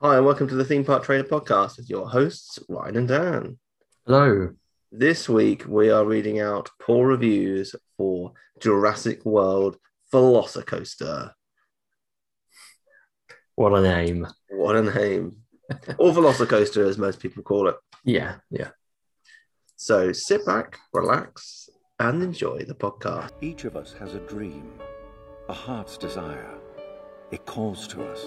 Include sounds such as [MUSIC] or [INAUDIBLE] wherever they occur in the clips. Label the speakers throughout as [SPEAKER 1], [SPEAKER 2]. [SPEAKER 1] Hi, and welcome to the Theme Park Trader Podcast with your hosts, Ryan and Dan.
[SPEAKER 2] Hello.
[SPEAKER 1] This week, we are reading out poor reviews for Jurassic World Velocicoaster.
[SPEAKER 2] What a name.
[SPEAKER 1] What a name. or Velocicoaster, as most people call it.
[SPEAKER 2] Yeah, yeah.
[SPEAKER 1] So sit back, relax, and enjoy the podcast.
[SPEAKER 3] Each of us has a dream, a heart's desire. It calls to us.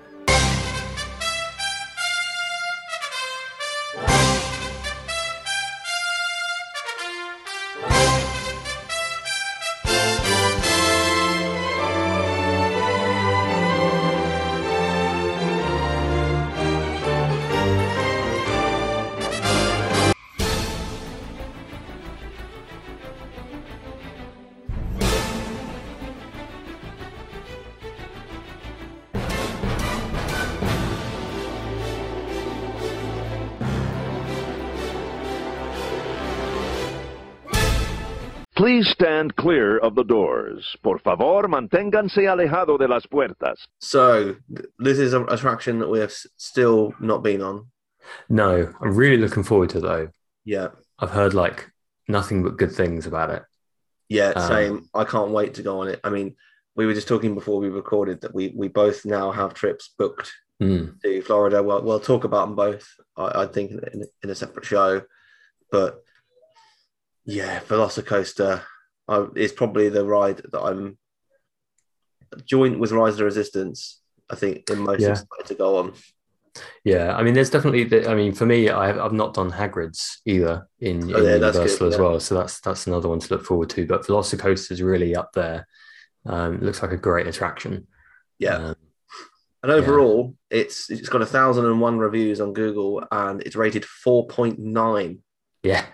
[SPEAKER 4] Please stand clear of the doors. Por favor, manténganse alejado de las puertas.
[SPEAKER 1] So, th- this is an attraction that we have s- still not been on.
[SPEAKER 2] No, I'm really looking forward to it, though.
[SPEAKER 1] Yeah.
[SPEAKER 2] I've heard like nothing but good things about it.
[SPEAKER 1] Yeah,
[SPEAKER 2] Um,
[SPEAKER 1] same. I can't wait to go on it. I mean, we were just talking before we recorded that we, we both now have trips booked
[SPEAKER 2] Mm.
[SPEAKER 1] to Florida. Well, we'll talk about them both. I, I think in, in a separate show, but yeah, Velocicoaster I, is probably the ride that I'm joint with Rise of the Resistance. I think the most
[SPEAKER 2] Yeah.
[SPEAKER 1] excited to go on.
[SPEAKER 2] Yeah, I mean, there's definitely. The, I mean, for me, I've I've not done Hagrid's either in,
[SPEAKER 1] Oh,
[SPEAKER 2] in
[SPEAKER 1] yeah, that's
[SPEAKER 2] Universal
[SPEAKER 1] good,
[SPEAKER 2] as
[SPEAKER 1] yeah.
[SPEAKER 2] well, so that's that's another one to look forward to. But Velocicoaster's really up there. Um, it looks like a great attraction.
[SPEAKER 1] Yeah,
[SPEAKER 2] Um,
[SPEAKER 1] and overall, it's it's got a thousand and one reviews on Google, and it's rated four point nine,
[SPEAKER 2] yeah.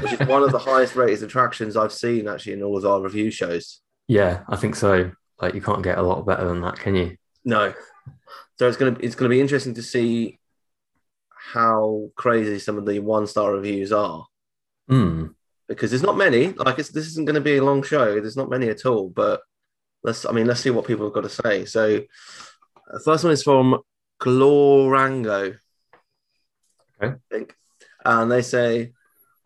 [SPEAKER 1] which is one of
[SPEAKER 2] [LAUGHS]
[SPEAKER 1] the [LAUGHS] highest rated attractions I've seen actually in all of our review shows.
[SPEAKER 2] yeah, I think so. Like, you can't get a lot better than that, can you?
[SPEAKER 1] No. So it's gonna it's gonna be interesting to see how crazy some of the one star reviews are Hmm.
[SPEAKER 2] Mm.
[SPEAKER 1] because there's not many. Like it's this isn't gonna be a long show. There's not many at all. But let's I mean let's see what people have got to say. So the first one is from Glorango.
[SPEAKER 2] Okay.
[SPEAKER 1] I think, and they say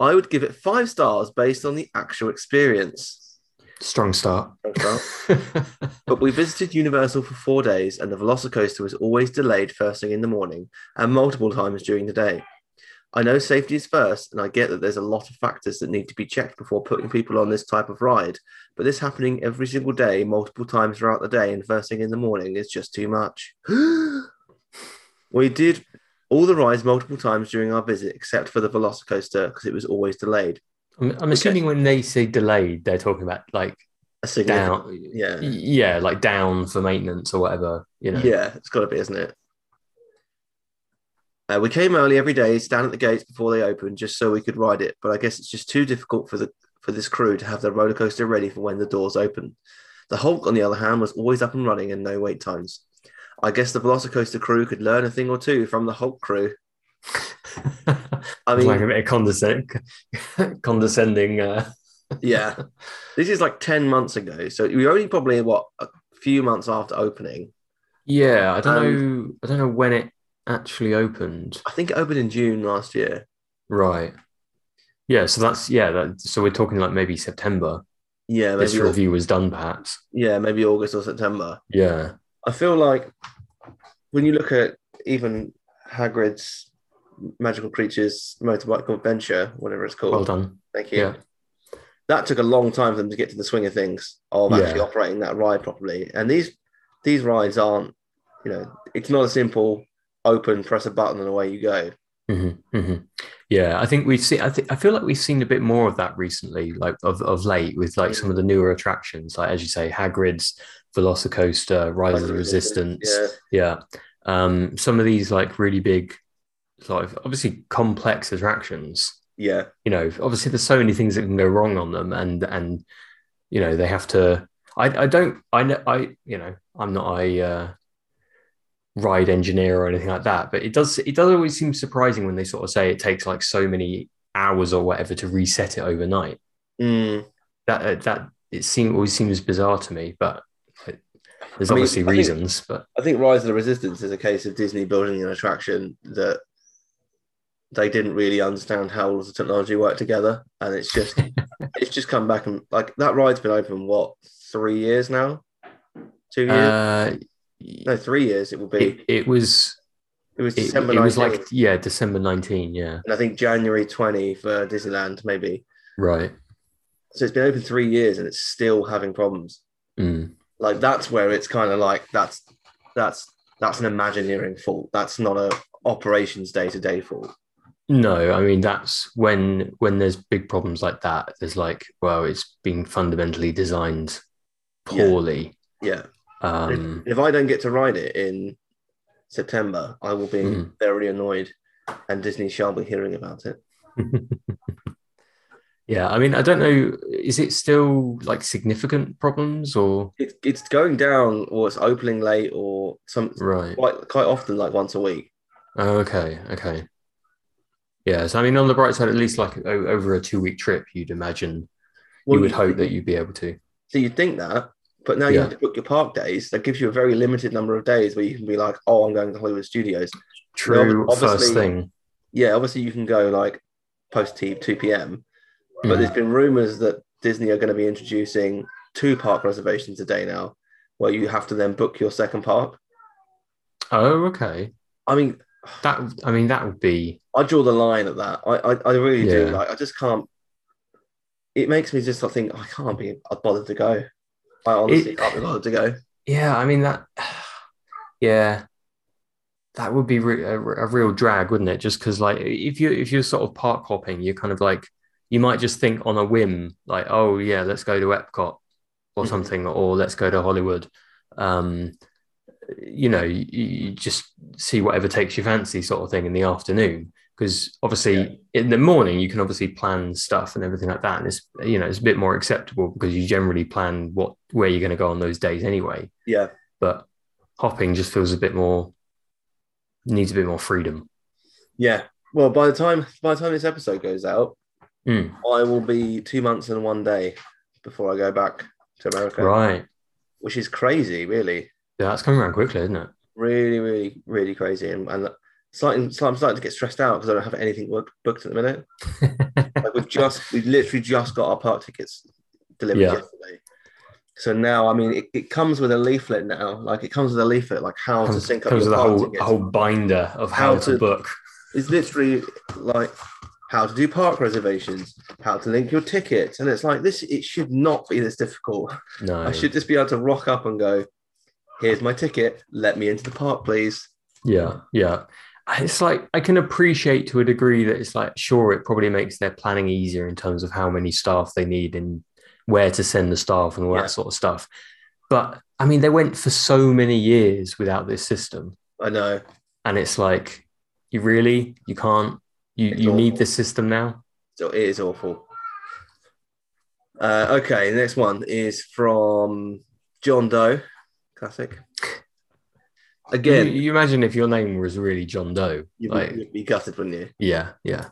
[SPEAKER 1] I would give it five stars based on the actual experience.
[SPEAKER 2] Strong start.
[SPEAKER 1] Thanks, Mark.
[SPEAKER 2] [LAUGHS]
[SPEAKER 1] But we visited Universal for four days, and the Velocicoaster was always delayed first thing in the morning and multiple times during the day. I know safety is first, and I get that there's a lot of factors that need to be checked before putting people on this type of ride, but this happening every single day, multiple times throughout the day, and first thing in the morning is just too much. [GASPS] we did all the rides multiple times during our visit, except for the Velocicoaster, because it was always delayed.
[SPEAKER 2] I'm, I'm assuming when they say delayed, they're talking about like
[SPEAKER 1] A significant,
[SPEAKER 2] down,
[SPEAKER 1] yeah.
[SPEAKER 2] yeah, like down for maintenance or whatever. You know, [LAUGHS]
[SPEAKER 1] Yeah, it's got to be, isn't it? Uh, we came early every day, stand at the gates before they opened, just so we could ride it. But I guess it's just too difficult for the for this crew to have their roller coaster ready for when the doors open. The Hulk, on the other hand, was always up and running and no wait times. I guess the Velocicoaster crew could learn a thing or two from the Hulk crew. I
[SPEAKER 2] like a
[SPEAKER 1] mean,
[SPEAKER 2] bit of condescending, [LAUGHS] condescending. Uh,
[SPEAKER 1] [LAUGHS] yeah, this is like ten months ago, so we were only probably what a few months after opening.
[SPEAKER 2] yeah, I don't
[SPEAKER 1] Um,
[SPEAKER 2] know. I don't know when it actually opened.
[SPEAKER 1] I think it opened in June last year.
[SPEAKER 2] Right. Yeah. So that's yeah. That, so we're talking like maybe September.
[SPEAKER 1] Yeah,
[SPEAKER 2] This
[SPEAKER 1] maybe Au-
[SPEAKER 2] review was done, perhaps.
[SPEAKER 1] yeah, maybe August or September.
[SPEAKER 2] Yeah.
[SPEAKER 1] I feel like when you look at even Hagrid's Magical Creatures Motorbike Adventure, whatever it's called,
[SPEAKER 2] Well done.
[SPEAKER 1] thank you.
[SPEAKER 2] Yeah.
[SPEAKER 1] That took a long time for them to get to the swing of things of actually
[SPEAKER 2] Yeah.
[SPEAKER 1] operating that ride properly. And these these rides aren't, you know, it's not a simple open, press a button, and away you go.
[SPEAKER 2] hmm hmm Yeah, I think we've seen. I think I feel like we've seen a bit more of that recently, like of, of late, with like some of the newer attractions, like as you say, Hagrid's Velocicoaster, Rise of the Resistance.
[SPEAKER 1] Yeah.
[SPEAKER 2] Yeah, um, some of these like really big, sort of obviously complex attractions.
[SPEAKER 1] Yeah.
[SPEAKER 2] You know, obviously there's so many things that can go wrong on them, and and you know they have to. I I don't I know I you know I'm not a uh, ride engineer or anything like that. But it does it does always seem surprising when they sort of say it takes like so many hours or whatever to reset it overnight.
[SPEAKER 1] Mm.
[SPEAKER 2] That uh, that it seem always seems bizarre to me, but like, there's
[SPEAKER 1] I mean,
[SPEAKER 2] obviously
[SPEAKER 1] I think-
[SPEAKER 2] reasons. but
[SPEAKER 1] I think Rise of the Resistance is a case of Disney building an attraction that they didn't really understand how all of the technology worked together, and it's
[SPEAKER 2] [LAUGHS]
[SPEAKER 1] just it's just come back and like that ride's been open what three years now, two years,
[SPEAKER 2] uh,
[SPEAKER 1] no, three years. It will be.
[SPEAKER 2] it, it was
[SPEAKER 1] It was
[SPEAKER 2] it,
[SPEAKER 1] December.
[SPEAKER 2] it was
[SPEAKER 1] 19,
[SPEAKER 2] like yeah December 19 yeah
[SPEAKER 1] and I think January twenty for Disneyland maybe.
[SPEAKER 2] right
[SPEAKER 1] So it's been open three years and it's still having problems.
[SPEAKER 2] Mm.
[SPEAKER 1] like that's where it's kind of like that's that's that's an imagineering fault that's not a operations day-to-day fault
[SPEAKER 2] no I mean that's when when there's big problems like that there's like well it's being fundamentally designed
[SPEAKER 1] Yeah.
[SPEAKER 2] poorly
[SPEAKER 1] yeah
[SPEAKER 2] um [LAUGHS]
[SPEAKER 1] if, if i don't get to ride it in september i will be
[SPEAKER 2] Mhm.
[SPEAKER 1] very annoyed and disney shall be hearing about it
[SPEAKER 2] yeah I mean I don't know is it still like significant problems or
[SPEAKER 1] it, it's going down or it's opening late or some
[SPEAKER 2] right
[SPEAKER 1] quite quite often like once a week
[SPEAKER 2] Oh, okay, okay. Yeah, so I mean, on the bright side, at least like o- over a two week trip, you'd imagine
[SPEAKER 1] Well,
[SPEAKER 2] you would hope that you'd be able to.
[SPEAKER 1] so you'd think that but now you
[SPEAKER 2] Yeah.
[SPEAKER 1] have to book your park days that gives you a very limited number of days where you can be like oh i'm going to hollywood studios
[SPEAKER 2] True,
[SPEAKER 1] obviously-
[SPEAKER 2] first thing.
[SPEAKER 1] yeah, obviously you can go like post t- 2 p.m. But
[SPEAKER 2] Mm.
[SPEAKER 1] there's been rumors that Disney are going to be introducing two park reservations a day now, where you have to then book your second park.
[SPEAKER 2] Oh, okay.
[SPEAKER 1] I mean,
[SPEAKER 2] That I mean, that would be
[SPEAKER 1] I draw the line at that. I I, I really do.
[SPEAKER 2] Yeah.
[SPEAKER 1] Like, I just can't. It makes me just think I can't be bothered to go. I honestly
[SPEAKER 2] It-
[SPEAKER 1] can't be bothered to go.
[SPEAKER 2] yeah. I mean that [SIGHS] yeah, that would be re- a, a real drag, wouldn't it? Just because like if you if you're sort of park hopping, you're kind of like you might just think on a whim like, oh yeah, let's go to Epcot or
[SPEAKER 1] Mhm.
[SPEAKER 2] something, or let's go to Hollywood. Um, you know, you, you just see whatever takes your fancy, sort of thing, in the afternoon. Because obviously, in the morning, you can obviously plan stuff and everything like that, and it's you know it's a bit more acceptable because you generally plan what where you're going to go on those days anyway.
[SPEAKER 1] Yeah,
[SPEAKER 2] But hopping just feels a bit more needs a bit more freedom.
[SPEAKER 1] yeah. Well, by the time by the time this episode goes out,
[SPEAKER 2] Mm,
[SPEAKER 1] I will be two months and one day before I go back to America,
[SPEAKER 2] Right,
[SPEAKER 1] which is crazy, really.
[SPEAKER 2] yeah, that's coming around quickly, isn't it?
[SPEAKER 1] really, really, really crazy, and, and starting, so I'm starting to get stressed out because I don't have anything work, booked at the
[SPEAKER 2] [LAUGHS]
[SPEAKER 1] minute. like we've just, we literally just got our park tickets delivered
[SPEAKER 2] Yeah.
[SPEAKER 1] yesterday. So now, I mean, it, it comes with a leaflet now. Like it comes with a leaflet, like how to
[SPEAKER 2] comes
[SPEAKER 1] sync up
[SPEAKER 2] comes
[SPEAKER 1] your
[SPEAKER 2] with a
[SPEAKER 1] park
[SPEAKER 2] whole
[SPEAKER 1] tickets.
[SPEAKER 2] a whole binder of how,
[SPEAKER 1] How
[SPEAKER 2] to,
[SPEAKER 1] to-
[SPEAKER 2] book.
[SPEAKER 1] It's literally like how to do park reservations, how to link your tickets, and it's like this. It should not be this difficult.
[SPEAKER 2] No,
[SPEAKER 1] I should just be able to rock up and go. Here's my ticket. Let me into the park, please.
[SPEAKER 2] Yeah, yeah. It's like I can appreciate to a degree that it's like, sure, it probably makes their planning easier in terms of how many staff they need and where to send the staff and all
[SPEAKER 1] Yeah.
[SPEAKER 2] that sort of stuff. But I mean, they went for so many years without this system.
[SPEAKER 1] I know.
[SPEAKER 2] And it's like, you really, you can't, you,
[SPEAKER 1] It's
[SPEAKER 2] you need
[SPEAKER 1] awful.
[SPEAKER 2] this system now?
[SPEAKER 1] So it is awful. Uh, okay, the next one is from John Doe, classic. Again,
[SPEAKER 2] You, you imagine if your name was really John Doe.
[SPEAKER 1] you'd,
[SPEAKER 2] Like,
[SPEAKER 1] be, you'd be gutted, wouldn't you?
[SPEAKER 2] yeah, yeah.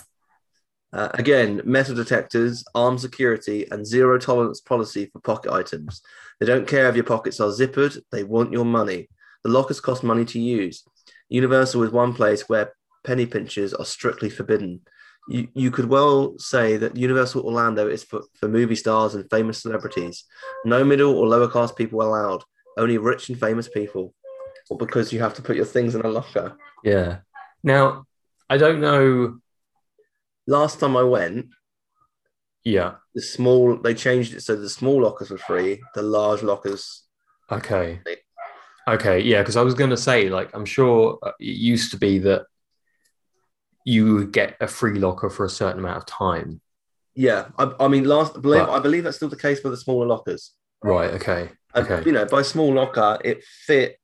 [SPEAKER 1] Uh, again, metal detectors, armed security, and zero tolerance policy for pocket items. They don't care if your pockets are zippered, they want your money. The lockers cost money to use. Universal is one place where penny pinchers are strictly forbidden. You, you could well say that Universal Orlando is for, for movie stars and famous celebrities. No middle or lower class people allowed, only rich and famous people. Or because you have to put your things in a locker.
[SPEAKER 2] Yeah. Now, I don't know.
[SPEAKER 1] Last time I went,
[SPEAKER 2] Yeah.
[SPEAKER 1] the small they changed it so the small lockers were free the large lockers
[SPEAKER 2] Okay.
[SPEAKER 1] Like-
[SPEAKER 2] Okay. Yeah. Because I was going to say, like, I'm sure uh, it used to be that you would get a free locker for a certain amount of time.
[SPEAKER 1] yeah i, I mean last I believe,
[SPEAKER 2] Right.
[SPEAKER 1] I believe that's still the case for the smaller lockers
[SPEAKER 2] Right. Okay.
[SPEAKER 1] And,
[SPEAKER 2] Okay.
[SPEAKER 1] you know by small locker it fit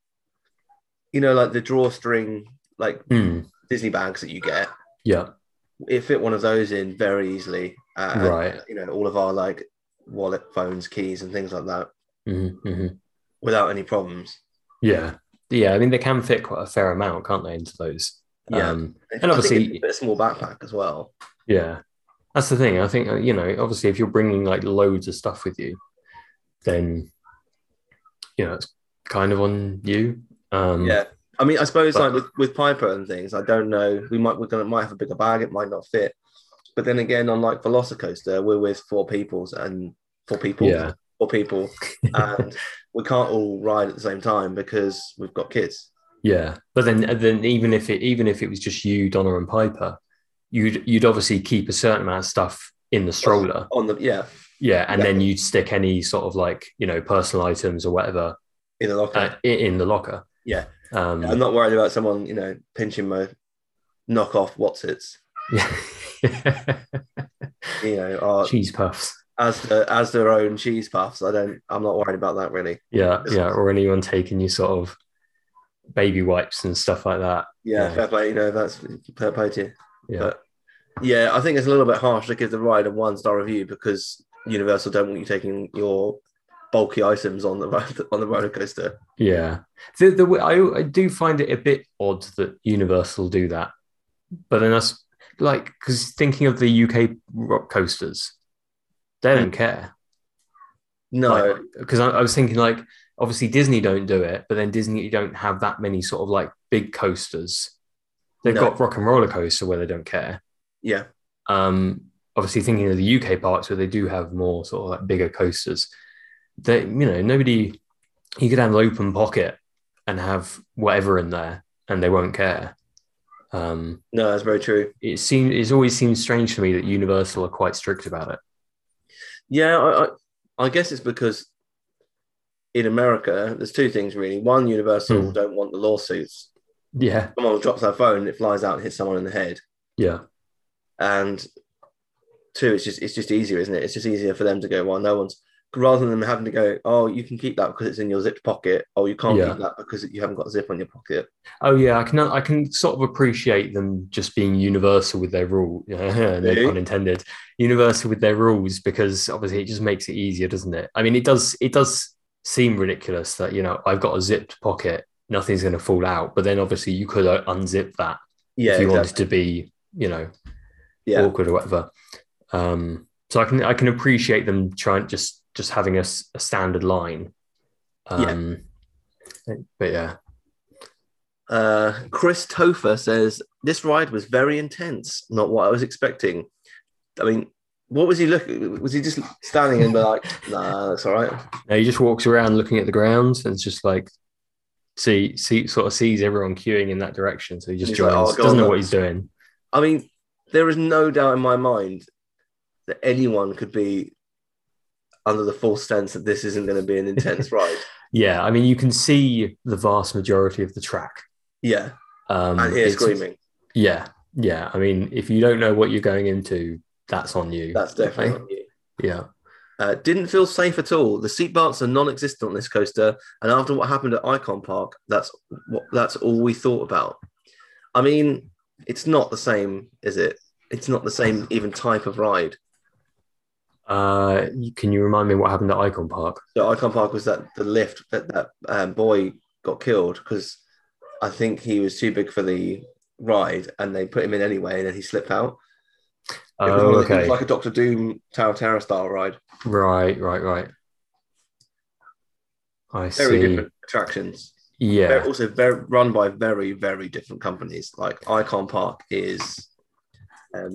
[SPEAKER 1] you know like the drawstring like
[SPEAKER 2] Hmm,
[SPEAKER 1] disney bags that you get
[SPEAKER 2] yeah.
[SPEAKER 1] it fit one of those in very easily uh, and,
[SPEAKER 2] Right.
[SPEAKER 1] you know all of our like wallet phones keys and things like that
[SPEAKER 2] Mhm, mhm.
[SPEAKER 1] without any problems
[SPEAKER 2] Yeah. yeah, I mean they can fit quite a fair amount, can't they, into those?
[SPEAKER 1] Yeah.
[SPEAKER 2] Um,
[SPEAKER 1] I
[SPEAKER 2] and
[SPEAKER 1] think it's
[SPEAKER 2] obviously,
[SPEAKER 1] a bit small backpack as well.
[SPEAKER 2] yeah, that's the thing. I think uh, you know, obviously, if you're bringing like loads of stuff with you, then you know it's kind of on you. Um,
[SPEAKER 1] yeah, I mean, I suppose
[SPEAKER 2] but-
[SPEAKER 1] like with, with Piper and things, I don't know. We might we're gonna might have a bigger bag. It might not fit. But then again, on like Velocicoaster, we're with four peoples and four people,
[SPEAKER 2] yeah,
[SPEAKER 1] four
[SPEAKER 2] [LAUGHS]
[SPEAKER 1] people, and we can't all ride at the same time because we've got kids.
[SPEAKER 2] yeah. But then, and then even if it even if it was just you, Donna, and Piper, you'd you'd obviously keep a certain amount of stuff in the stroller.
[SPEAKER 1] On the yeah,
[SPEAKER 2] Yeah, and
[SPEAKER 1] Yeah.
[SPEAKER 2] then you'd stick any sort of like you know personal items or whatever
[SPEAKER 1] in the locker.
[SPEAKER 2] uh, i- in the locker.
[SPEAKER 1] Yeah.
[SPEAKER 2] Um,
[SPEAKER 1] I'm not worried about someone you know pinching my knockoff Watsits.
[SPEAKER 2] [LAUGHS] yeah.
[SPEAKER 1] You know, or
[SPEAKER 2] Cheese puffs.
[SPEAKER 1] as the, as their own cheese puffs. I don't. I'm not worried about that really.
[SPEAKER 2] Yeah, yeah. Or anyone taking you sort of baby wipes and stuff like that.
[SPEAKER 1] Yeah,
[SPEAKER 2] Yeah.
[SPEAKER 1] fair play. You know, that's fair play to you.
[SPEAKER 2] Yeah.
[SPEAKER 1] But yeah, I think it's a little bit harsh to give the ride a one star review because Universal don't want you taking your bulky items on the [LAUGHS] ro- on the roller coaster.
[SPEAKER 2] Yeah, the, the way- I I do find it a bit odd that Universal do that, but then that's like because thinking of the UK rock coasters, they don't care.
[SPEAKER 1] No,
[SPEAKER 2] because I, I was thinking like obviously Disney don't do it, but then Disney you don't have that many sort of like big coasters. They've
[SPEAKER 1] No.
[SPEAKER 2] got Rock and Roller Coaster where they don't care.
[SPEAKER 1] yeah,
[SPEAKER 2] Um, obviously thinking of the UK parks where they do have more sort of like bigger coasters. That you know nobody, you could have an open pocket and have whatever in there, and they won't care. Um,
[SPEAKER 1] no, that's very true.
[SPEAKER 2] it seems it's always seems strange to me that Universal are quite strict about it.
[SPEAKER 1] Yeah, I, I, I guess it's because in America, there's two things really. One, Universal
[SPEAKER 2] Hmm.
[SPEAKER 1] don't want the lawsuits.
[SPEAKER 2] Yeah,
[SPEAKER 1] Someone drops their phone, it flies out and hits someone in the head.
[SPEAKER 2] yeah,
[SPEAKER 1] and two, it's just it's just easier, isn't it? It's just easier for them to go, well, no one's rather than them having to go, oh, you can keep that because it's in your zipped pocket, or you can't
[SPEAKER 2] Yeah.
[SPEAKER 1] keep that because you haven't got a zip on your pocket.
[SPEAKER 2] Oh yeah, I can I can sort of appreciate them just being universal with their rule. [LAUGHS] no
[SPEAKER 1] Really?
[SPEAKER 2] pun intended. Universal with their rules because obviously it just makes it easier, doesn't it? I mean, it does it does seem ridiculous that you know I've got a zipped pocket, nothing's going to fall out, but then obviously you could uh, unzip that
[SPEAKER 1] Yeah,
[SPEAKER 2] if you
[SPEAKER 1] exactly.
[SPEAKER 2] wanted to be you know
[SPEAKER 1] yeah,
[SPEAKER 2] awkward or whatever. Um, so I can I can appreciate them trying just just having a, s- a standard line.
[SPEAKER 1] Yeah.
[SPEAKER 2] Um, But yeah,
[SPEAKER 1] Uh, Chris Topher says this ride was very intense, not what I was expecting. I mean, what was he looking? Was he just standing and be like, nah, that's all right.
[SPEAKER 2] No, he just walks around looking at the ground and it's just like see see sort of sees everyone queuing in that direction. So he just
[SPEAKER 1] He's like,
[SPEAKER 2] joins.
[SPEAKER 1] "Oh, go
[SPEAKER 2] Doesn't
[SPEAKER 1] on
[SPEAKER 2] know
[SPEAKER 1] then."
[SPEAKER 2] what he's doing.
[SPEAKER 1] I mean, there is no doubt in my mind that anyone could be under the false sense that this isn't going to be an intense ride.
[SPEAKER 2] Yeah, I mean you can see the vast majority of the track.
[SPEAKER 1] Yeah,
[SPEAKER 2] Um
[SPEAKER 1] and hear
[SPEAKER 2] it's-
[SPEAKER 1] screaming.
[SPEAKER 2] Yeah. Yeah. I mean, if you don't know what you're going into, that's on you.
[SPEAKER 1] That's definitely on you.
[SPEAKER 2] yeah.
[SPEAKER 1] Uh, didn't feel safe at all. The seatbelts are non-existent on this coaster, and after what happened at Icon Park, that's what that's all we thought about. I mean, it's not the same, is it? It's not the same even type of ride.
[SPEAKER 2] Uh you- can you remind me what happened at Icon Park?
[SPEAKER 1] So Icon Park was that the lift that that um, boy got killed because I think he was too big for the ride, and they put him in anyway, and then he slipped out. It was
[SPEAKER 2] Oh,
[SPEAKER 1] one of the- it was
[SPEAKER 2] okay.
[SPEAKER 1] like a Doctor Doom Tower Terror style ride.
[SPEAKER 2] right, right, right. I
[SPEAKER 1] Very
[SPEAKER 2] see.
[SPEAKER 1] different attractions.
[SPEAKER 2] Yeah.
[SPEAKER 1] They're also very run by very very different companies. Like Icon Park is, um,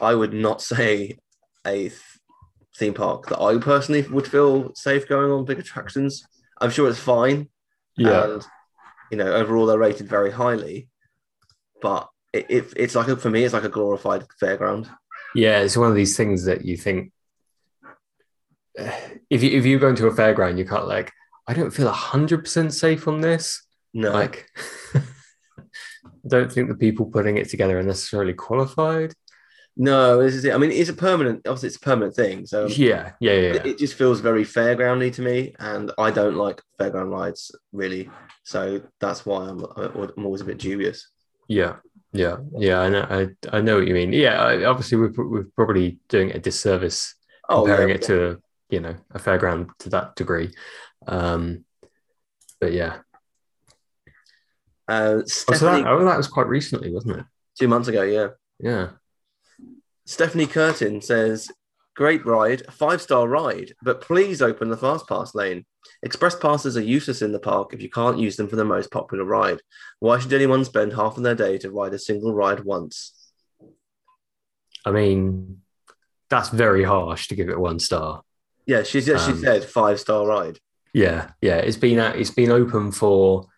[SPEAKER 1] I would not [LAUGHS] say a th- theme park that I personally would feel safe going on big attractions. I'm sure it's fine,
[SPEAKER 2] Yeah.
[SPEAKER 1] and you know overall they're rated very highly, but it, it, it's like a, for me it's like a glorified fairground.
[SPEAKER 2] Yeah, it's one of these things that you think [SIGHS] if you if you go into a fairground, you can't like I don't feel hundred percent safe on this.
[SPEAKER 1] No,
[SPEAKER 2] Like, [LAUGHS] I don't think the people putting it together are necessarily qualified.
[SPEAKER 1] no, this is it. I mean, it's a permanent. Obviously, it's a permanent thing. So
[SPEAKER 2] yeah, yeah, yeah,
[SPEAKER 1] Um, It- It just feels very fairgroundy to me, and I don't like fairground rides really. So that's why I'm I'm always a bit dubious.
[SPEAKER 2] yeah, yeah, yeah. I know, I, I know what you mean. Yeah, I, obviously we're, pro- we're probably doing it a disservice comparing
[SPEAKER 1] Oh, yeah.
[SPEAKER 2] it to you know a fairground to that degree. Um, but yeah,
[SPEAKER 1] Uh,
[SPEAKER 2] Oh, so
[SPEAKER 1] Stephanie,
[SPEAKER 2] that, oh, that was quite recently, wasn't it?
[SPEAKER 1] two months ago, yeah.
[SPEAKER 2] Yeah.
[SPEAKER 1] Stephanie Curtin says, Great ride, five star ride, but please open the fast pass lane. Express passes are useless in the park if you can't use them for the most popular ride. Why should anyone spend half of their day to ride a single ride once?
[SPEAKER 2] I mean, that's very harsh to give it one star.
[SPEAKER 1] Yeah, she's actually
[SPEAKER 2] Um,
[SPEAKER 1] said five star ride.
[SPEAKER 2] Yeah, yeah. It's been out, it's been open for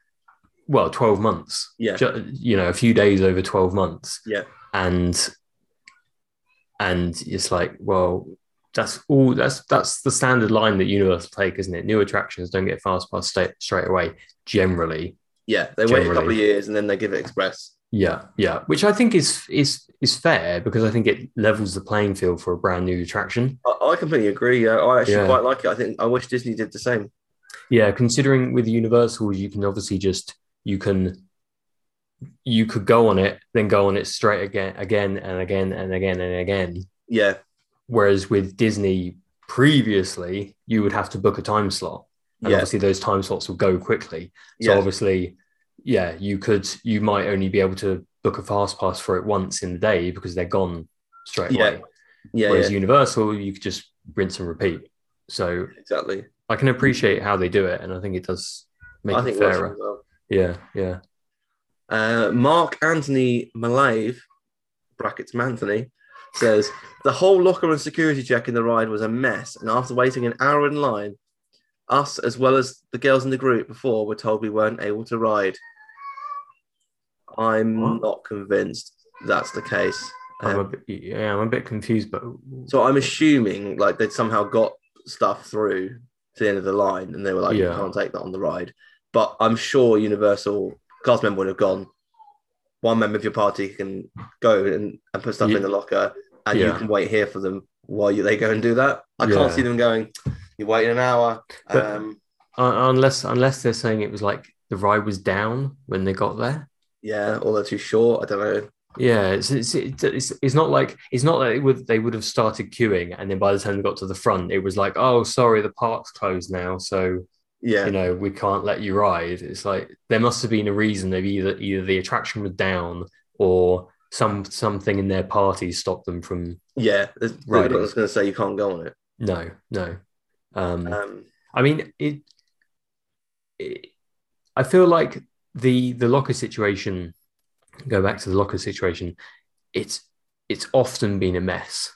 [SPEAKER 2] well, twelve months.
[SPEAKER 1] Yeah.
[SPEAKER 2] Ju- you know, a few days over twelve months.
[SPEAKER 1] Yeah.
[SPEAKER 2] and and it's like, well, that's all. That's that's the standard line that Universal take, isn't it? New attractions don't get fast pass straight straight away generally.
[SPEAKER 1] Yeah, they wait a couple of
[SPEAKER 2] Generally.
[SPEAKER 1] years and then they give it express.
[SPEAKER 2] Yeah, yeah, which I think is is is fair because I think it levels the playing field for a brand new attraction.
[SPEAKER 1] I, I completely agree. yeah. I actually
[SPEAKER 2] Yeah.
[SPEAKER 1] quite like it. I think I wish Disney did the same.
[SPEAKER 2] Yeah, considering with Universal, you can obviously just you can you could go on it, then go on it straight again, again and again and again and again.
[SPEAKER 1] Yeah,
[SPEAKER 2] Whereas with Disney previously, you would have to book a time slot, and
[SPEAKER 1] yeah,
[SPEAKER 2] obviously those time slots will go quickly. So
[SPEAKER 1] yeah,
[SPEAKER 2] obviously, yeah, you could you might only be able to book a fast pass for it once in the day because they're gone straight
[SPEAKER 1] Yeah,
[SPEAKER 2] away.
[SPEAKER 1] yeah,
[SPEAKER 2] Whereas
[SPEAKER 1] yeah,
[SPEAKER 2] Universal, you could just rinse and repeat. So
[SPEAKER 1] exactly.
[SPEAKER 2] I can appreciate how they do it, and I think it does make
[SPEAKER 1] Mm. I
[SPEAKER 2] it
[SPEAKER 1] think it works
[SPEAKER 2] fairer.
[SPEAKER 1] as well.
[SPEAKER 2] Yeah, yeah.
[SPEAKER 1] Uh, Mark Anthony Malave, brackets Manthony, says the whole locker and security check in the ride was a mess, and after waiting an hour in line, us as well as the girls in the group before were told we weren't able to ride. I'm
[SPEAKER 2] What?
[SPEAKER 1] not convinced that's the case.
[SPEAKER 2] I'm
[SPEAKER 1] Um,
[SPEAKER 2] a bit, yeah, I'm a bit confused, but
[SPEAKER 1] So I'm assuming like they'd somehow got stuff through to the end of the line and they were like, you
[SPEAKER 2] Yeah.
[SPEAKER 1] can't take that on the ride. But I'm sure Universal cast member would have gone. One member of your party can go and, and put stuff
[SPEAKER 2] Ye-
[SPEAKER 1] in the locker and you
[SPEAKER 2] Yeah.
[SPEAKER 1] can wait here for them while you, they go and do that. I
[SPEAKER 2] Yeah.
[SPEAKER 1] can't see them going, you're waiting an hour.
[SPEAKER 2] But-
[SPEAKER 1] um,
[SPEAKER 2] un- unless unless they're saying it was like the ride was down when they got there.
[SPEAKER 1] yeah, or they're too short. I don't know.
[SPEAKER 2] Yeah, it's it's it's, it's, it's not like it's not that it would they would have started queuing, and then by the time they got to the front, it was like, oh, sorry, the park's closed now, so
[SPEAKER 1] Yeah.
[SPEAKER 2] you know we can't let you ride. It's like there must have been a reason of either either the attraction was down or some something in their party stopped them from
[SPEAKER 1] yeah. There's, right.
[SPEAKER 2] Riding.
[SPEAKER 1] I was going to say you can't go on it.
[SPEAKER 2] no no. Um,
[SPEAKER 1] Um,
[SPEAKER 2] I mean, it, it. I feel like the the locker situation. Go back to the locker situation. It's it's often been a mess.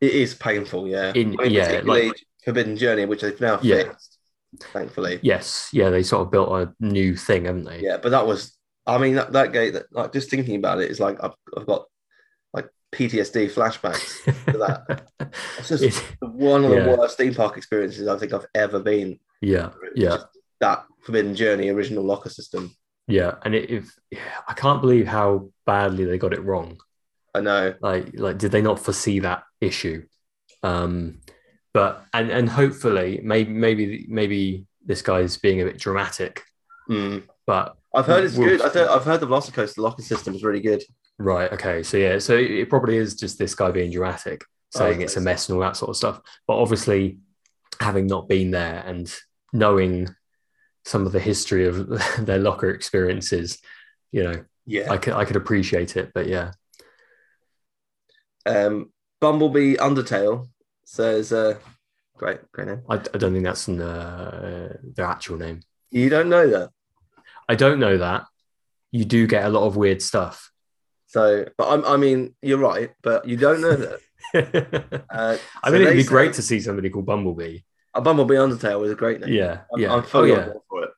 [SPEAKER 1] it is painful. Yeah.
[SPEAKER 2] In-
[SPEAKER 1] I mean,
[SPEAKER 2] yeah,
[SPEAKER 1] particularly
[SPEAKER 2] like-
[SPEAKER 1] Forbidden Journey, which they've now
[SPEAKER 2] Yeah.
[SPEAKER 1] fixed, thankfully.
[SPEAKER 2] Yes, yeah, they sort of built a new thing, haven't they?
[SPEAKER 1] Yeah, but that was, I mean, that, that gate, that, like, just thinking about it is like, I've, I've got like PTSD flashbacks. [LAUGHS]
[SPEAKER 2] [LAUGHS]
[SPEAKER 1] that. It's just
[SPEAKER 2] It-
[SPEAKER 1] one of the
[SPEAKER 2] Yeah.
[SPEAKER 1] worst theme park experiences I think I've ever been.
[SPEAKER 2] yeah,
[SPEAKER 1] It's
[SPEAKER 2] yeah,
[SPEAKER 1] just That Forbidden Journey original locker system.
[SPEAKER 2] yeah, and it, if I can't believe how badly they got it wrong.
[SPEAKER 1] I know.
[SPEAKER 2] like like did they not foresee that issue um but and and hopefully maybe maybe maybe this guy is being a bit dramatic
[SPEAKER 1] Mm.
[SPEAKER 2] but
[SPEAKER 1] I've heard it's
[SPEAKER 2] Well-
[SPEAKER 1] good. I've heard, I've heard the Velocicoaster locker system is really good.
[SPEAKER 2] right okay so yeah so it, it probably is just this guy being dramatic saying
[SPEAKER 1] okay.
[SPEAKER 2] it's a mess and all that sort of stuff but obviously having not been there and knowing some of the history of [LAUGHS] their locker experiences you know
[SPEAKER 1] Yeah.
[SPEAKER 2] i could i could appreciate it but yeah
[SPEAKER 1] Um, Bumblebee Undertale says, uh, great, great name.
[SPEAKER 2] i, I don't think that's an, uh, their actual name
[SPEAKER 1] You don't know that.
[SPEAKER 2] I don't know that. You do get a lot of weird stuff. [LAUGHS]
[SPEAKER 1] So, but I'm, I mean, you're right, but you don't know that.
[SPEAKER 2] I
[SPEAKER 1] Uh, so
[SPEAKER 2] mean,
[SPEAKER 1] they
[SPEAKER 2] it'd be
[SPEAKER 1] say-
[SPEAKER 2] great to see somebody called Bumblebee.
[SPEAKER 1] A Bumblebee Undertale was a great name.
[SPEAKER 2] Yeah,
[SPEAKER 1] I'm,
[SPEAKER 2] yeah.
[SPEAKER 1] I'm
[SPEAKER 2] oh,
[SPEAKER 1] fully on
[SPEAKER 2] yeah.
[SPEAKER 1] board for it.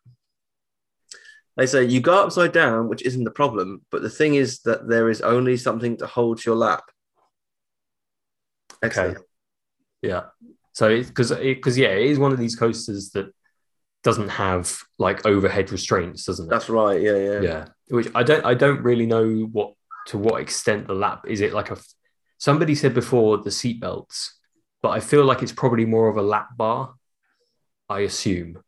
[SPEAKER 1] They say you go upside down, which isn't the problem, but the thing is that there is only something to hold your lap. Excellent.
[SPEAKER 2] Yeah. So because because yeah, it is one of these coasters that doesn't have like overhead restraints, doesn't it?
[SPEAKER 1] That's right. Yeah, yeah.
[SPEAKER 2] yeah. Which I don't I don't really know what to what extent the lap is. It like a f- somebody said before the seatbelts, but I feel like it's probably more of a lap bar, I assume,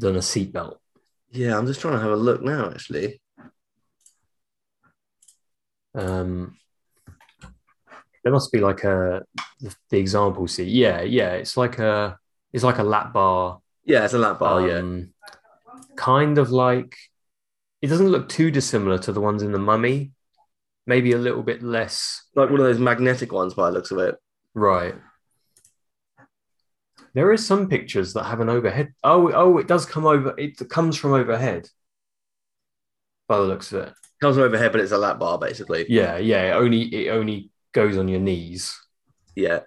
[SPEAKER 2] than a seatbelt.
[SPEAKER 1] Yeah, I'm just trying to have a look now, actually.
[SPEAKER 2] Um, there must be like a the, the example seat. Yeah, yeah. It's like a it's like a lap bar.
[SPEAKER 1] Yeah, it's a lap bar. yeah.
[SPEAKER 2] um, Kind of like It doesn't look too dissimilar to the ones in the Mummy. Maybe a little bit less
[SPEAKER 1] Like one of those magnetic ones by the looks of it.
[SPEAKER 2] Right. There is some pictures that have an overhead. Oh, oh, it does come over. It comes from overhead. By the looks of it.
[SPEAKER 1] Comes from overhead, but it's a lap bar basically.
[SPEAKER 2] Yeah, yeah. It only it only goes on your knees.
[SPEAKER 1] Yeah.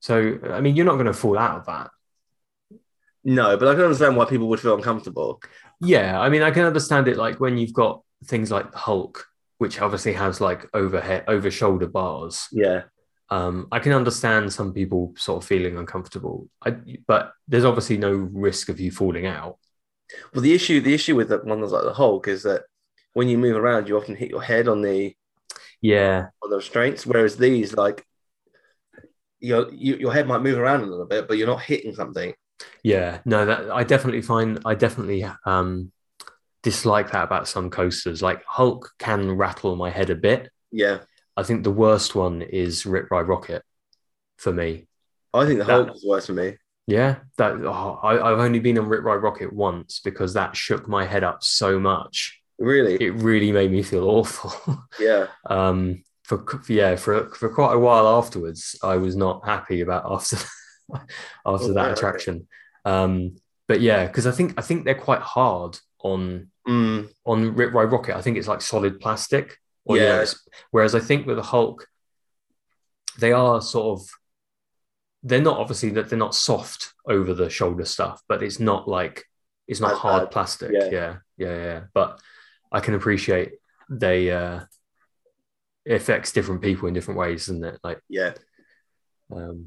[SPEAKER 2] So I mean, you're not going to fall out of that.
[SPEAKER 1] No, but I can understand why people would feel uncomfortable.
[SPEAKER 2] Yeah, I mean, I can understand it. Like when you've got things like Hulk, which obviously has like overhead over shoulder bars.
[SPEAKER 1] Yeah.
[SPEAKER 2] um, I can understand some people sort of feeling uncomfortable, I, but there's obviously no risk of you falling out.
[SPEAKER 1] Well, the issue the issue with that one that's like the Hulk is that when you move around, you often hit your head on the
[SPEAKER 2] Yeah,
[SPEAKER 1] on the restraints, whereas these like your you, your head might move around a little bit, but you're not hitting something.
[SPEAKER 2] yeah, no, that I definitely find I definitely um, dislike that about some coasters. Like Hulk can rattle my head a bit.
[SPEAKER 1] Yeah.
[SPEAKER 2] I think the worst one is Rip Ride Rocket for me.
[SPEAKER 1] I think the
[SPEAKER 2] That-
[SPEAKER 1] Hulk is worse for me.
[SPEAKER 2] Yeah, that oh, I, I've only been on Rip Ride Rocket once because that shook my head up so much.
[SPEAKER 1] Really?
[SPEAKER 2] It really made me feel awful. [LAUGHS]
[SPEAKER 1] Yeah.
[SPEAKER 2] um for yeah for for quite a while afterwards i was not happy about after [LAUGHS] after
[SPEAKER 1] yeah,
[SPEAKER 2] that
[SPEAKER 1] okay.
[SPEAKER 2] attraction um but yeah because i think i think they're quite hard on
[SPEAKER 1] Mm,
[SPEAKER 2] on rip ride rocket i think it's like solid plastic or
[SPEAKER 1] Yeah.
[SPEAKER 2] yeah it's- whereas i think with the hulk they are sort of they're not obviously that they're not soft over the shoulder stuff but it's not like it's not
[SPEAKER 1] As
[SPEAKER 2] hard
[SPEAKER 1] bad.
[SPEAKER 2] plastic
[SPEAKER 1] Yeah.
[SPEAKER 2] yeah. yeah yeah yeah but i can appreciate they uh it affects different people in different ways isn't it like
[SPEAKER 1] yeah.
[SPEAKER 2] um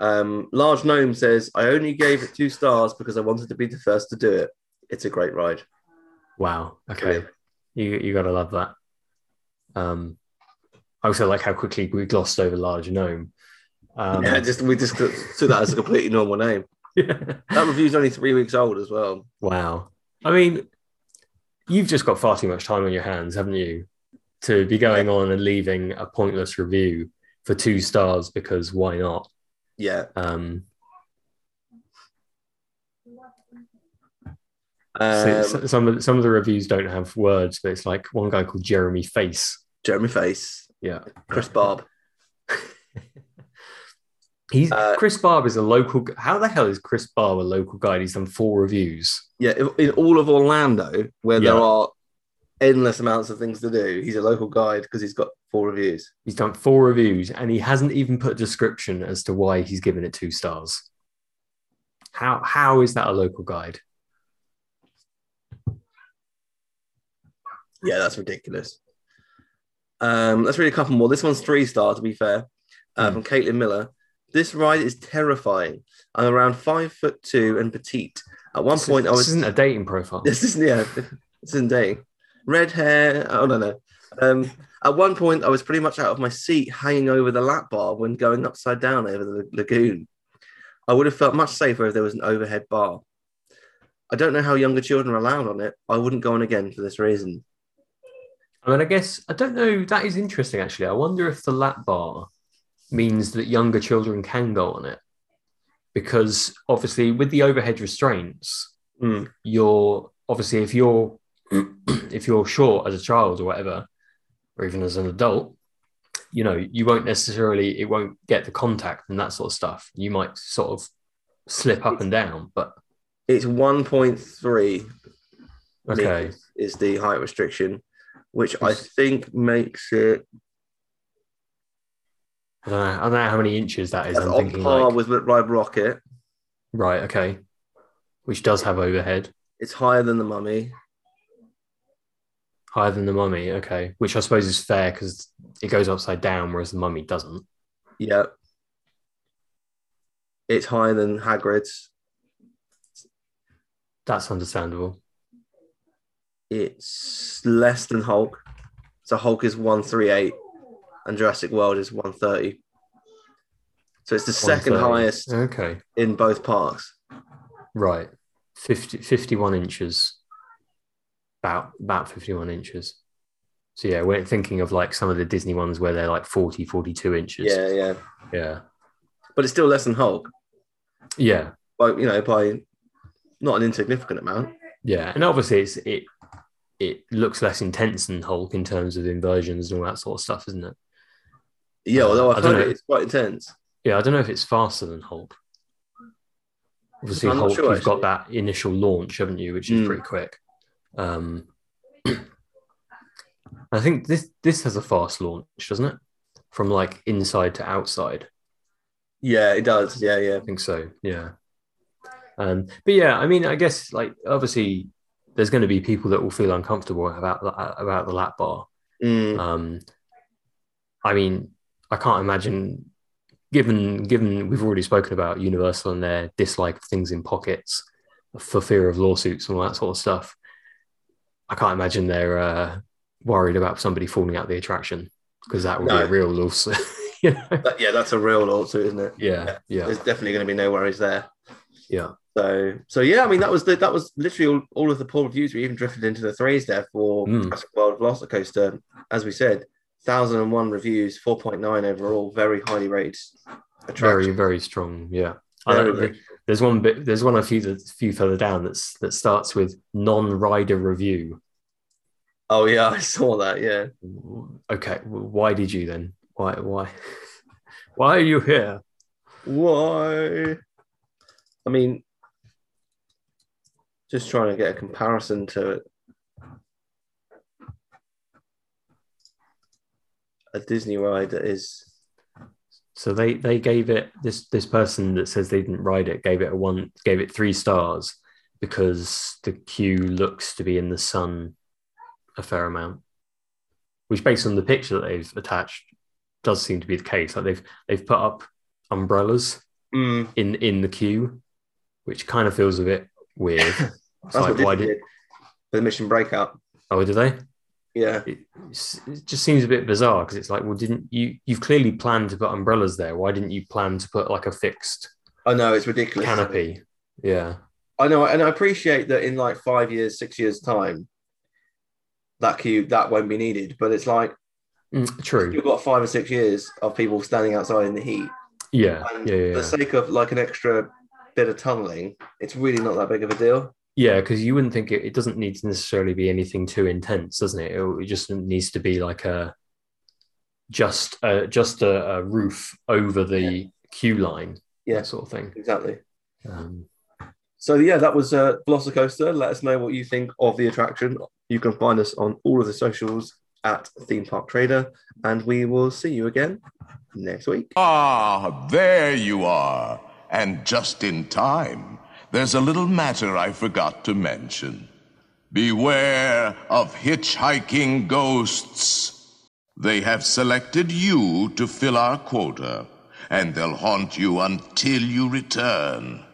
[SPEAKER 1] Um, Large Gnome says, I only gave it two stars because I wanted to be the first to do it. It's a great ride.
[SPEAKER 2] wow okay
[SPEAKER 1] Brilliant.
[SPEAKER 2] you you gotta love that um i also like how quickly we glossed over large gnome um
[SPEAKER 1] yeah, [LAUGHS] just we just took that as a completely normal name.
[SPEAKER 2] [LAUGHS]
[SPEAKER 1] That review's only three weeks old as well.
[SPEAKER 2] Wow. I mean, you've just got far too much time on your hands, haven't you? To be going on and leaving a pointless review for two stars because why not?
[SPEAKER 1] Yeah.
[SPEAKER 2] Um, so-
[SPEAKER 1] Um,
[SPEAKER 2] so- some of some of the reviews don't have words, but it's like one guy called Jeremy Face.
[SPEAKER 1] Jeremy Face,
[SPEAKER 2] Yeah,
[SPEAKER 1] Chris Barb.
[SPEAKER 2] he's
[SPEAKER 1] Uh,
[SPEAKER 2] Chris Barb is a local. g- How the hell is Chris Barb a local guy? and He's done four reviews.
[SPEAKER 1] Yeah, in- in all of Orlando, where there
[SPEAKER 2] Yeah.
[SPEAKER 1] are endless amounts of things to do, he's a local guide because he's got four reviews.
[SPEAKER 2] He's done four reviews and he hasn't even put a description as to why he's given it two stars. How how is that a local guide?
[SPEAKER 1] Yeah, that's ridiculous. Um, let's read a couple more. This one's three star, to be fair, uh,
[SPEAKER 2] Hmm.
[SPEAKER 1] from Caitlin Miller. This ride is terrifying. I'm around five foot two and petite. At one
[SPEAKER 2] This is-
[SPEAKER 1] point, I
[SPEAKER 2] this
[SPEAKER 1] was
[SPEAKER 2] isn't a dating profile.
[SPEAKER 1] This is yeah, this isn't dating. Red hair. Oh no no. Um, at one point, I was pretty much out of my seat, hanging over the lap bar when going upside down over the lagoon. I would have felt much safer if there was an overhead bar. I don't know how younger children are allowed on it. I wouldn't go on again for this reason.
[SPEAKER 2] I mean, I guess I don't know. That is interesting, actually. I wonder if the lap bar means that younger children can go on it, because obviously with the overhead restraints,
[SPEAKER 1] Hmm.
[SPEAKER 2] you're obviously if you're [CLEARS THROAT] if you're short as a child or whatever, or even as an adult, you know, you won't necessarily it won't get the contact and that sort of stuff. You might sort of slip up and down, but
[SPEAKER 1] It's 1.3
[SPEAKER 2] okay,
[SPEAKER 1] meters is the height restriction, which I
[SPEAKER 2] Yes.
[SPEAKER 1] think makes it
[SPEAKER 2] I don't know. I don't know how many inches that is.
[SPEAKER 1] that's
[SPEAKER 2] I'm
[SPEAKER 1] on
[SPEAKER 2] thinking
[SPEAKER 1] par
[SPEAKER 2] like,
[SPEAKER 1] with Ride Rocket.
[SPEAKER 2] right, okay, which does have overhead.
[SPEAKER 1] It's higher than the Mummy.
[SPEAKER 2] Higher than the mummy, okay. Which I suppose is fair because it goes upside down, whereas the mummy doesn't.
[SPEAKER 1] Yeah. It's higher than Hagrid's.
[SPEAKER 2] That's understandable.
[SPEAKER 1] It's less than Hulk. So Hulk is 138 and Jurassic World is 130. So it's the second
[SPEAKER 2] 130.
[SPEAKER 1] highest
[SPEAKER 2] Okay,
[SPEAKER 1] in both parks.
[SPEAKER 2] right. 50, 51 inches. About about 51 inches. So yeah, we're thinking of like some of the Disney ones where they're like 40, 42 inches.
[SPEAKER 1] Yeah, yeah.
[SPEAKER 2] Yeah.
[SPEAKER 1] But it's still less than Hulk.
[SPEAKER 2] Yeah.
[SPEAKER 1] By you know, by not an insignificant amount.
[SPEAKER 2] Yeah, and obviously it's it it looks less intense than Hulk in terms of inversions and all that sort of stuff, isn't it?
[SPEAKER 1] Yeah, although
[SPEAKER 2] I
[SPEAKER 1] I've
[SPEAKER 2] don't
[SPEAKER 1] heard
[SPEAKER 2] know.
[SPEAKER 1] it, it's quite intense.
[SPEAKER 2] Yeah, I don't know if it's faster than Hulk. Obviously,
[SPEAKER 1] I'm not
[SPEAKER 2] Hulk,
[SPEAKER 1] sure,
[SPEAKER 2] you've got that initial launch, haven't you, which is
[SPEAKER 1] Mm.
[SPEAKER 2] pretty quick. Um, I think this this has a fast launch, doesn't it? From like inside to outside.
[SPEAKER 1] Yeah, it does. Yeah, yeah.
[SPEAKER 2] I think so. Yeah. Um, but yeah, I mean, I guess like obviously there's going to be people that will feel uncomfortable about the- about the lap bar. [LAUGHS]
[SPEAKER 1] Mm,
[SPEAKER 2] Um, I mean, I can't imagine. Given given we've already spoken about Universal and their dislike of things in pockets for fear of lawsuits and all that sort of stuff, I can't imagine they're uh, worried about somebody falling out the attraction because that would be a
[SPEAKER 1] No.
[SPEAKER 2] real lawsuit. you know?
[SPEAKER 1] that- yeah, that's a real lawsuit, isn't it?
[SPEAKER 2] [LAUGHS] Yeah, yeah,
[SPEAKER 1] There's definitely going to be no worries there.
[SPEAKER 2] yeah.
[SPEAKER 1] So, so yeah, I mean, that was the, that was literally all, all of the poor reviews. We even drifted into the threes there for
[SPEAKER 2] Mm.
[SPEAKER 1] Jurassic World Velocicoaster. As we said, thousand and one reviews, four point nine overall, very highly rated
[SPEAKER 2] Very
[SPEAKER 1] attraction.
[SPEAKER 2] very strong. Yeah. I
[SPEAKER 1] Very,
[SPEAKER 2] like-
[SPEAKER 1] very-
[SPEAKER 2] there's one bit. There's one a few a few further down that's that starts with non-rider review.
[SPEAKER 1] oh yeah, [LAUGHS] I saw that. Yeah,
[SPEAKER 2] okay w- why did you then why why [LAUGHS] why are you here
[SPEAKER 1] why? I mean, just trying to get a comparison to it. A Disney ride that is
[SPEAKER 2] so they they gave it this this person that says they didn't ride it gave it a one gave it three stars because the queue looks to be in the sun a fair amount which based on the picture that they've attached does seem to be the case like they've they've put up umbrellas
[SPEAKER 1] Mm,
[SPEAKER 2] in in the queue which kind of feels a bit weird it's
[SPEAKER 1] [LAUGHS] that's what
[SPEAKER 2] like
[SPEAKER 1] Disney
[SPEAKER 2] why
[SPEAKER 1] did,
[SPEAKER 2] did
[SPEAKER 1] for the mission breakup.
[SPEAKER 2] oh did they
[SPEAKER 1] Yeah,
[SPEAKER 2] it's- it just seems a bit bizarre because it's like, well, didn't you? You've clearly planned to put umbrellas there. Why didn't you plan to put like a fixed
[SPEAKER 1] I know it's ridiculous.
[SPEAKER 2] canopy? Yeah,
[SPEAKER 1] I know, and I appreciate that in like five years, six years time, that queue that won't be needed. But it's like
[SPEAKER 2] Mm, true.
[SPEAKER 1] you've got five or six years of people standing outside in the heat,
[SPEAKER 2] Yeah,
[SPEAKER 1] and
[SPEAKER 2] yeah,
[SPEAKER 1] for the
[SPEAKER 2] yeah,
[SPEAKER 1] sake of like an extra bit of tunneling, it's really not that big of a deal.
[SPEAKER 2] yeah. Because you wouldn't think it, it doesn't need to necessarily be anything too intense, doesn't it? It, it just needs to be like a just a, just a, a roof over the queue line,
[SPEAKER 1] Yeah.
[SPEAKER 2] that sort of thing.
[SPEAKER 1] Exactly.
[SPEAKER 2] Um,
[SPEAKER 1] So yeah, that was uh, Velocicoaster. Let us know what you think of the attraction. You can find us on all of the socials at Theme Park Trader, and we will see you again next week.
[SPEAKER 5] Ah, there you are. And just in time. There's a little matter I forgot to mention. Beware of hitchhiking ghosts. They have selected you to fill our quota, and they'll haunt you [LAUGHS] until you return.